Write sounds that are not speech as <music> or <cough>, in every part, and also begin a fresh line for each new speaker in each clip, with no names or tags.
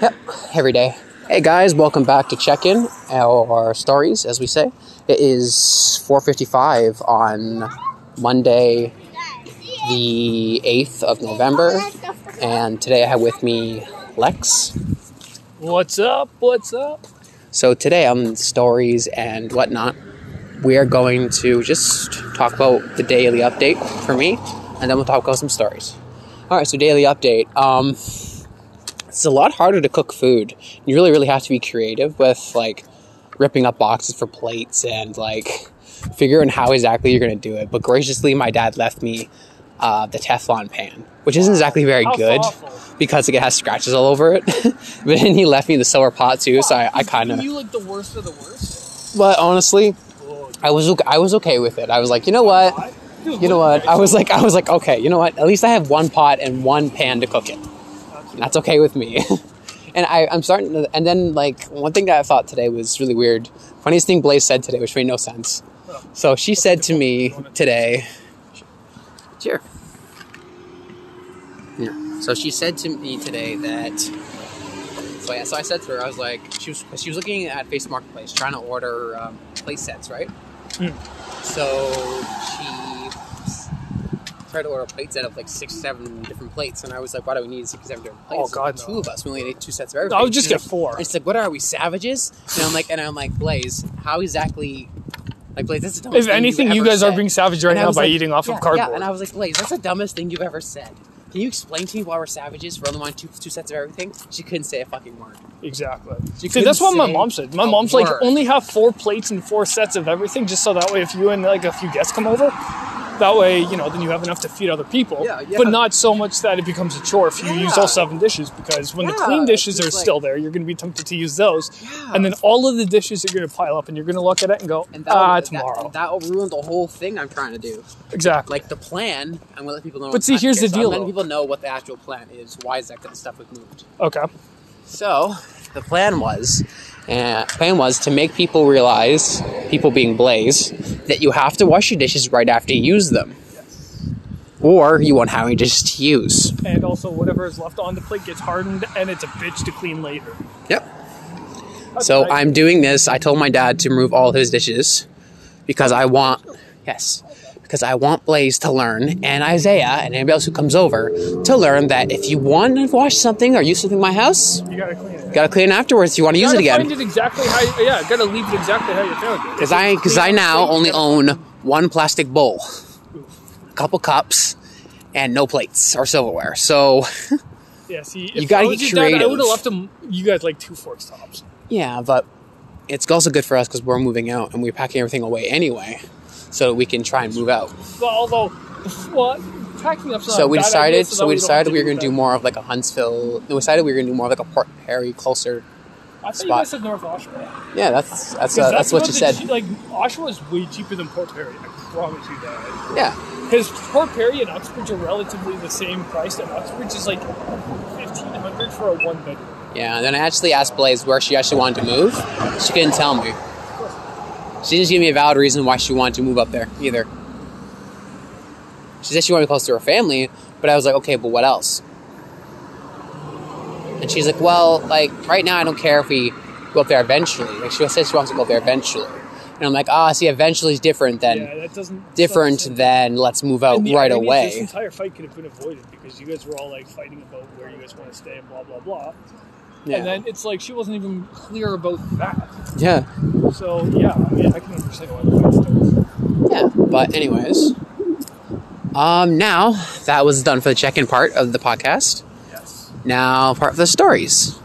Yep, every day. Hey guys, welcome back to Check In, our stories, as we say. It is 4.55 on Monday, the 8th of November, and today I have with me Lex.
What's up? What's up?
So today on stories and whatnot, we are going to just talk about the daily update for me, and then we'll talk about some stories. All right, so daily update. Um, it's a lot harder to cook food. You really, really have to be creative with like ripping up boxes for plates and like figuring how exactly you're gonna do it. But graciously, my dad left me uh, the Teflon pan, which isn't exactly very
How
good
awful.
because it has scratches all over it. <laughs> but then he left me the silver pot too, so I, I kind of.
You like the worst of the worst.
But honestly,
Oh,
I was okay, I was okay with it. I was like, you know what,
Dude,
you know what. I was like, I was like, okay, you know what. At least I have one pot and one pan to cook it. And that's okay with me. <laughs> and I, I'm starting. To, and then like one thing that I thought today was really weird. Funniest thing Blaze said today, which made no sense. So she said to me today. Cheer. Yeah. So she said to me today that. So, yeah, so I said to her, I was like, she was she was looking at Facebook Marketplace, trying to order um, play sets, right?
Mm.
So she tried to order a plate set of like six, seven different plates, and I was like, why do we need six, seven different plates?
Oh, God,
two
no.
of us, we only need two sets of everything.
I would just
She's
get
like-
four.
and It's like, what are we savages? And I'm like, and I'm like, Blaze, how exactly? Like, Blaze, that's the dumbest
If
thing
anything,
you've
you
ever
guys are
said."
being savage right
And I
now
was
by
like,
eating off
yeah,
of cardboard.
Yeah, and I was like, Blaze, that's the dumbest thing you've ever said. Can you explain to me why we're savages? We're only wanting two, two sets of everything. She couldn't say a fucking word.
exactly.
You
See, that's
couldn't
what my
say
mom said. My
a
mom's like,
word.
only have four plates and four sets of everything, just so that way, if you and like a few guests come over, that way, you know, then you have enough to feed other people.
Yeah, yeah.
But not so much that it becomes a chore if you use
Yeah.
all seven dishes, because when the
Yeah,
clean dishes
it's
are
like-
still there, you're going to be tempted to use those, and then all of the dishes are going to pile up, and you're going to look at it and go,
And that,
ah,
that-
tomorrow.
That, ruined the whole thing I'm trying to do.
exactly.
Like the plan, I'm gonna let people know.
But see, here's the deal,
Letting
though.
people know what the actual plan is. Why is that kind of stuff was moved?
okay.
So the plan was, uh, plan was to make people realize, people being Blaze, that you have to wash your dishes right after you use them, or you won't have any dishes to use.
and also whatever is left on the plate gets hardened and it's a bitch to clean later.
Yep. So I'm doing this. I told my dad to remove all his dishes because I want yes, because I want Blaze to learn and Isaiah and anybody else who comes over to learn that if you want to wash something or use something in my house, you
You gotta clean it.
gotta clean it afterwards. if You want to use it
gotta
again.
find it exactly how. You, yeah, gotta leave it exactly how you found it.
Because I, because I now only own one plastic bowl, a couple cups, and no plates or silverware. So,
Yeah, see, if
You gotta
I was
get
your dad, I
creative.
would have left them. You guys like two forks tops.
yeah, but it's also good for us because we're moving out and we're packing everything away anyway, so we can try and move out.
Well, although, well, packing up's not
So
a
we
bad
decided.
idea, that
So we
don't
decided
have
we
to
were going to do
that.
more of like a Huntsville. We decided we were going to do more of like a Port Perry closer.
I thought you
spot.
guys said North Oshawa.
Yeah, that's that's
'Cause
uh, that's what
about
you
the
said.
che- like Oshawa is way cheaper than Port Perry. I promise you that.
Yeah,
Because Port Perry and Uxbridge are relatively the same price, and Uxbridge is like fifteen hundred for a one bedroom.
yeah. And then I actually asked Blaze where she actually wanted to move. She couldn't tell me. She didn't give me a valid reason why she wanted to move up there either. She said she wanted to be close to her family, but I was like, okay, but what else? And she's like, well, like right now, I don't care if we go up there eventually. Like she said, she wants to go up there eventually. And I'm like, ah, see, eventually is different than
yeah, that doesn't
different
that doesn't-
than let's move out
And the
right
irony is This
away.
entire fight could have been avoided because you guys were all like fighting about where you guys want to stay and blah blah blah.
Yeah.
And then it's like she wasn't even clear about that.
yeah.
So yeah, I mean I can understand why the fight started.
Yeah. But anyways. Um now that was done for the check-in part of the podcast.
Yes.
Now part for the stories.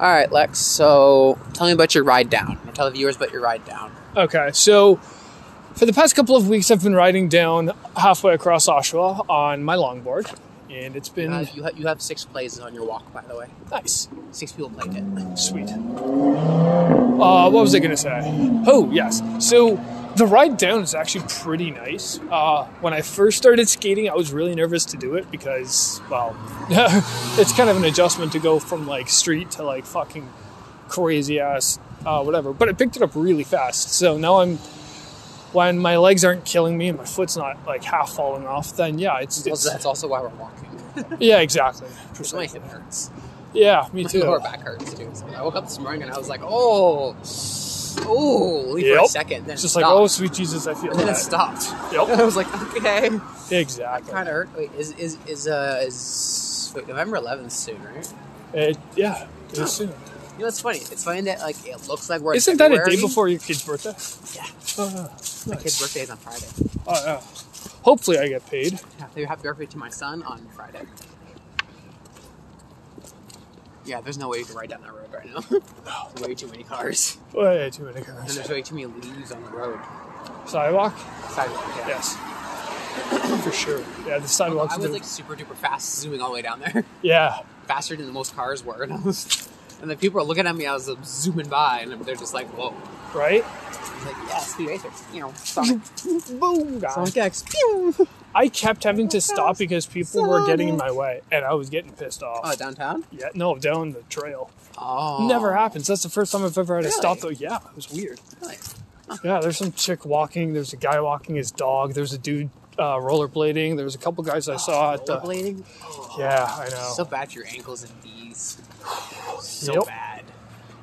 Alright, Lex, so tell me about your ride down. Or tell the viewers about your ride down.
Okay, so for the past couple of weeks I've been riding down halfway across Oshawa on my longboard. And it's been
Uh, you, ha- you have six plays on your walk, by the way.
nice.
Six people played it.
<laughs> Sweet. Uh, what was I gonna say? Oh yes. So the ride down is actually pretty nice. Uh, when I first started skating, I was really nervous to do it because, well, <laughs> it's kind of an adjustment to go from like street to like fucking crazy ass uh, whatever. But I picked it up really fast. So now I'm when my legs aren't killing me and my foot's not like half falling off. Then yeah, it's,
Well,
it's
that's also why we're walking. <laughs>
<laughs> Yeah, exactly.
Because my hip hurts.
Yeah, me
My
too.
lower back hurts too. So I woke up this morning and I was like, oh, oh, only for a
Yep.
second. Then
It's
it
just like,
stopped.
oh, sweet Jesus, I feel
And then it
that.
stopped. And <laughs> I
Yep,
was like, okay, kind
exactly.
of hurt. Wait, is is is uh is wait November 11th soon, right?
It- yeah, it is soon.
You know, it's funny. It's funny that like it looks like we're in
Isn't that a day
February.
before your kid's birthday?
Yeah,
Oh, yeah.
my
Nice.
kid's birthday is on Friday.
Oh, yeah. Hopefully, I get paid.
Yeah, they happy birthday to my son on Friday. Yeah, there's no way you can ride down that road right now. <laughs> There's way too many cars.
Way too many
And
cars.
there's way too many leaves on the road.
Sidewalk?
Sidewalk, yeah. <clears throat>
Yes. For sure. Yeah, the sidewalks.
I was
are-
like super duper fast zooming all the way down there. <laughs>
yeah.
Faster than most cars were. And I was and the people were looking at me, I was like, zooming by and they're just like, whoa.
Right?
I was like, yeah, speed racer. You <laughs> know, Sonic.
Boom, guys.
Sonic X. Pew!
I kept having to stop because people were getting in my way, and I was getting pissed off.
Oh, <laughs> downtown?
yeah, no, down the trail.
Oh.
Never happens. That's the first time I've ever had to stop though.
Really?
Yeah, it was weird.
Really?
Yeah, there's some chick walking. There's a guy walking his dog. There's a dude uh, rollerblading. There's a couple guys I saw at the.
Rollerblading? Oh.
Yeah, I know.
So bad for your ankles and knees. So
Yep.
bad.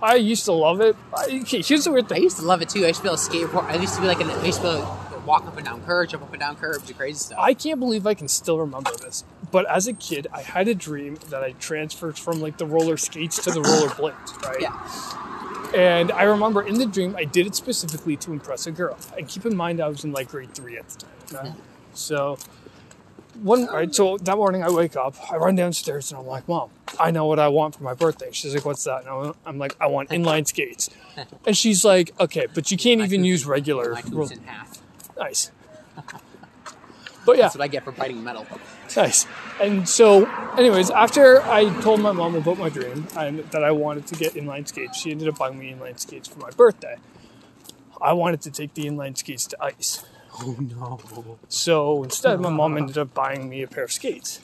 I used to love it. I, okay, here's the weird
I
thing.
used to love it too. I used to be able to skateboard. I used to be like, an, I used to be able to walk up and down curves, jump up and down curves, do crazy stuff.
I can't believe I can still remember this. But as a kid, I had a dream that I transferred from like the roller skates to the roller blades, right?
yeah.
And I remember in the dream, I did it specifically to impress a girl. And keep in mind, I was in like grade three at the time. right? So, one, all right, so that morning I wake up, I run downstairs, and I'm like, Mom, I know what I want for my birthday. She's like, What's that? And I'm- I'm like, I want inline skates. And she's like, Okay, but you can't even
pooped
use
in-
regular.
My
roll-
tooth's in half.
Nice. But yeah,
That's what I get for biting metal.
Nice. And so, anyways, after I told my mom about my dream and that I wanted to get inline skates, she ended up buying me inline skates for my birthday. I wanted to take the inline skates to ice.
Oh no.
So instead, my mom ended up buying me a pair of skates.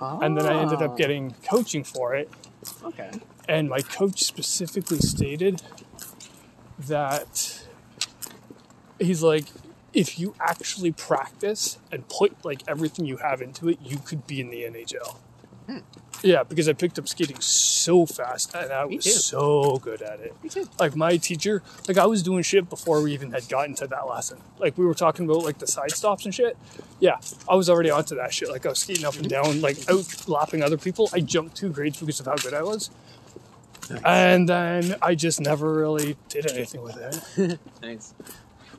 And then I ended up getting coaching for it.
Okay.
And my coach specifically stated that he's like, if you actually practice and put like everything you have into it, you could be in the NHL.
Hmm.
Yeah, because I picked up skating so fast and I
Me
was
too.
so good at it.
Me too.
Like my teacher, like I was doing shit before we even had gotten to that lesson. Like we were talking about like the side stops and shit. Yeah, I was already onto that shit. Like I was skating up and down, like out lapping other people. I jumped two grades because of how good I was. And then I just never really did anything with it.
Thanks.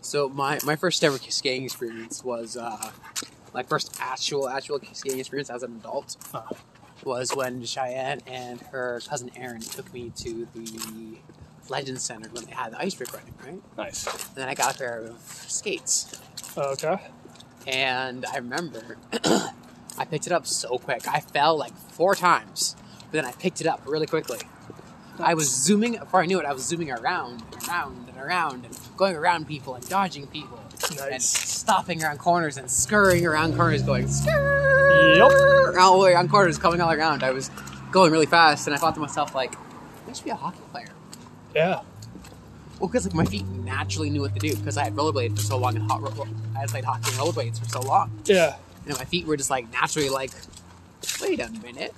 So my, my first ever skating experience was uh, my first actual actual skating experience as an adult was when Cheyenne and her cousin Erin took me to the Legends Center when they had the ice rink running, right?
Nice.
And then I got a pair of skates.
Okay.
and I remember <clears throat> I picked it up so quick. I fell like four times, but then I picked it up really quickly. I was zooming before I knew it. I was zooming around and around and around and going around people and dodging people and
Nice.
stopping around corners and scurrying around corners, going scurr
Yep.
all the way around corners, coming all around. I was going really fast, and I thought to myself like, I should be a hockey player.
Yeah.
Well, because like my feet naturally knew what to do because I had rollerblades for so long and hot ro- ro- I had played hockey and rollerblades for so long.
Yeah.
and my feet were just like naturally like, wait a minute,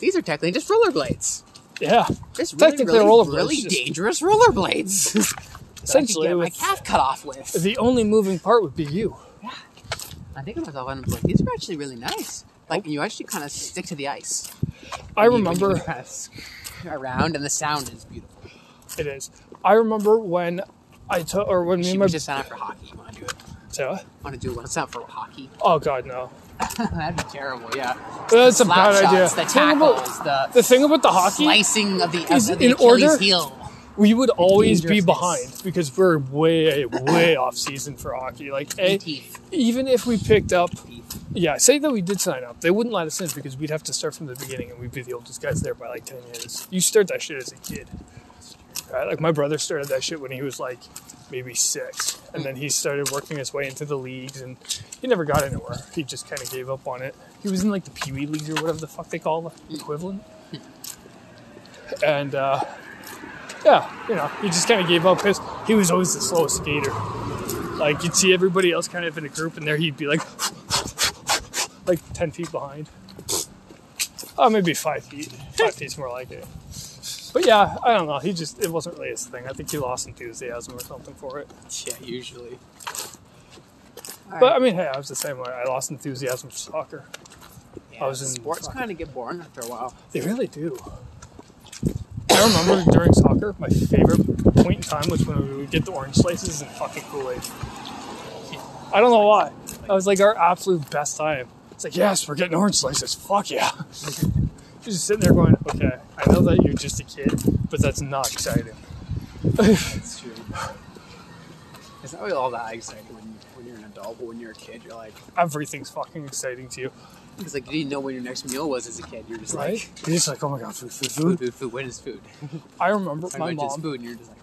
these are technically just rollerblades.
Yeah.
Just really,
Technically
really,
rollerblades,
really
just-
dangerous rollerblades. <laughs> that
Essentially,
I could get my
with-
calf cut off with.
The only moving part would be you.
I think to myself, and I'm like, these are actually really nice. Like you actually kind of stick to the ice.
I
You- you
remember
kind of sk- around, and the sound is beautiful.
it is. I remember when I took or when me
She
and my
was just sound up for hockey. You want to do it?
Sarah?
Want to do one sound for hockey? <laughs>
Oh god, no.
That'd be terrible. Yeah.
That's a
Slap
bad idea.
shots, the tackles, the,
the thing about the hockey,
slicing of the,
is
of the
in order-
Achilles heel.
we would always be
dangerousness.
behind because we're way way off season for hockey. Like eh,
Teeth.
even if we picked up
Teeth.
Yeah, say that we did sign up. They wouldn't let us in because we'd have to start from the beginning and we'd be the oldest guys there by like 10 years. You start that shit as a kid. Right? Like my brother started that shit when he was like maybe six. And then he started working his way into the leagues and he never got anywhere. He just kind of gave up on it. He was in like the Pee Wee Leagues or whatever the fuck they call the equivalent. And uh, yeah, you know, he just kind of gave up because he was always the slowest skater. Like you'd see everybody else kind of in a group and there he'd be like, like 10 feet behind. Oh, maybe five feet. Five feet's more like it. But yeah, I don't know. He just, it wasn't really his thing. I think he lost enthusiasm or something for it.
Yeah, usually.
But I mean, hey, I was the same way. I lost enthusiasm for soccer. I was in-
sports kind of get boring after a while.
They really do. I remember during soccer, my favorite point in time was when we would get the orange slices and fucking Kool Aid. I don't know why. That was like our absolute best time. It's like, yes, we're getting orange slices. Fuck yeah. <laughs> You're just sitting there going, okay, I know that you're just a kid, but that's not exciting.
That's true. It's not really all that exciting when, you, when you're an adult, but when you're a kid, you're like,
Everything's fucking exciting to you,
because like you didn't know when your next meal was as a kid. You're just
right?
like,
You're just like, oh my god, food,
food,
food, food.
food, food. When is food?
I remember
When
my
is
mom
food? And you're just like,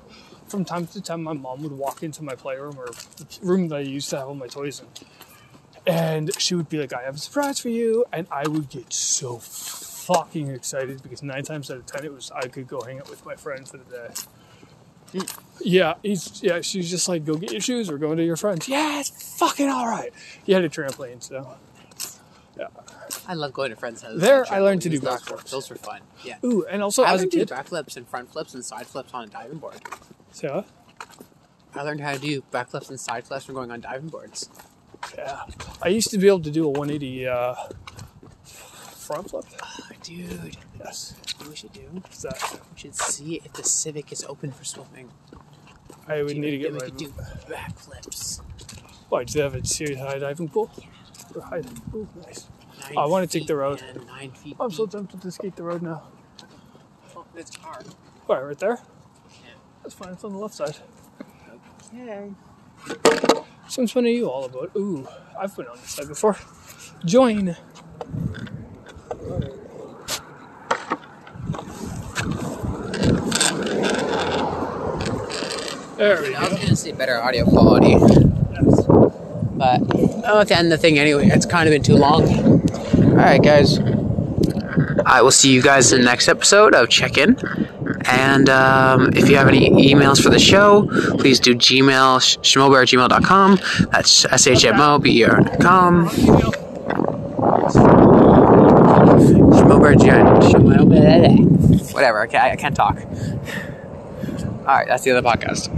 from time to time, my mom would walk into my playroom or the room that I used to have all my toys in. And she would be like, I have a surprise for you. And I would get so fucking excited because nine times out of ten, it was I could go hang out with my friend for the day. Yeah, he's, yeah, she's just like, go get your shoes or go into your friends. Yeah, it's fucking all right. He had a trampoline, so.
I love going to friends' houses.
There,
actually.
I learned to do
Those were-
backflips.
Those were fun. Yeah.
Ooh, and also
I
as a
learned to
kid.
do backflips and front flips and side flips on a diving board.
So,
I learned how to do backflips and side flips from going on diving boards.
yeah. I used to be able to do a 180 uh, front flip.
Oh, dude,
Yes.
you know what we should do?
What's that?
We should see if the Civic is open for swimming.
I would need to get
we
my.
could do backflips.
Why do they have a serious high diving pool? Or high diving pool? Nice.
Nine
Oh, I wanna take
feet,
the road.
man, Nine feet.
I'm so tempted to skate the road now.
Oh, That's hard.
All right, right there. That's fine. It's on the left side.
Okay.
Since when are you all about? Ooh, I've been on this side before. Join. There we
I was
go.
gonna say better audio quality,
Yes.
but I'll have to end the thing anyway. It's kind of been too long. All right, guys. I will see you guys in the next episode of Check In. And um, if you have any emails for the show, please do gmail, sh- shmober at gmail.com. That's S H M O B E R dot com. Schmober Whatever, okay, I I can't talk. Alright, that's the other podcast.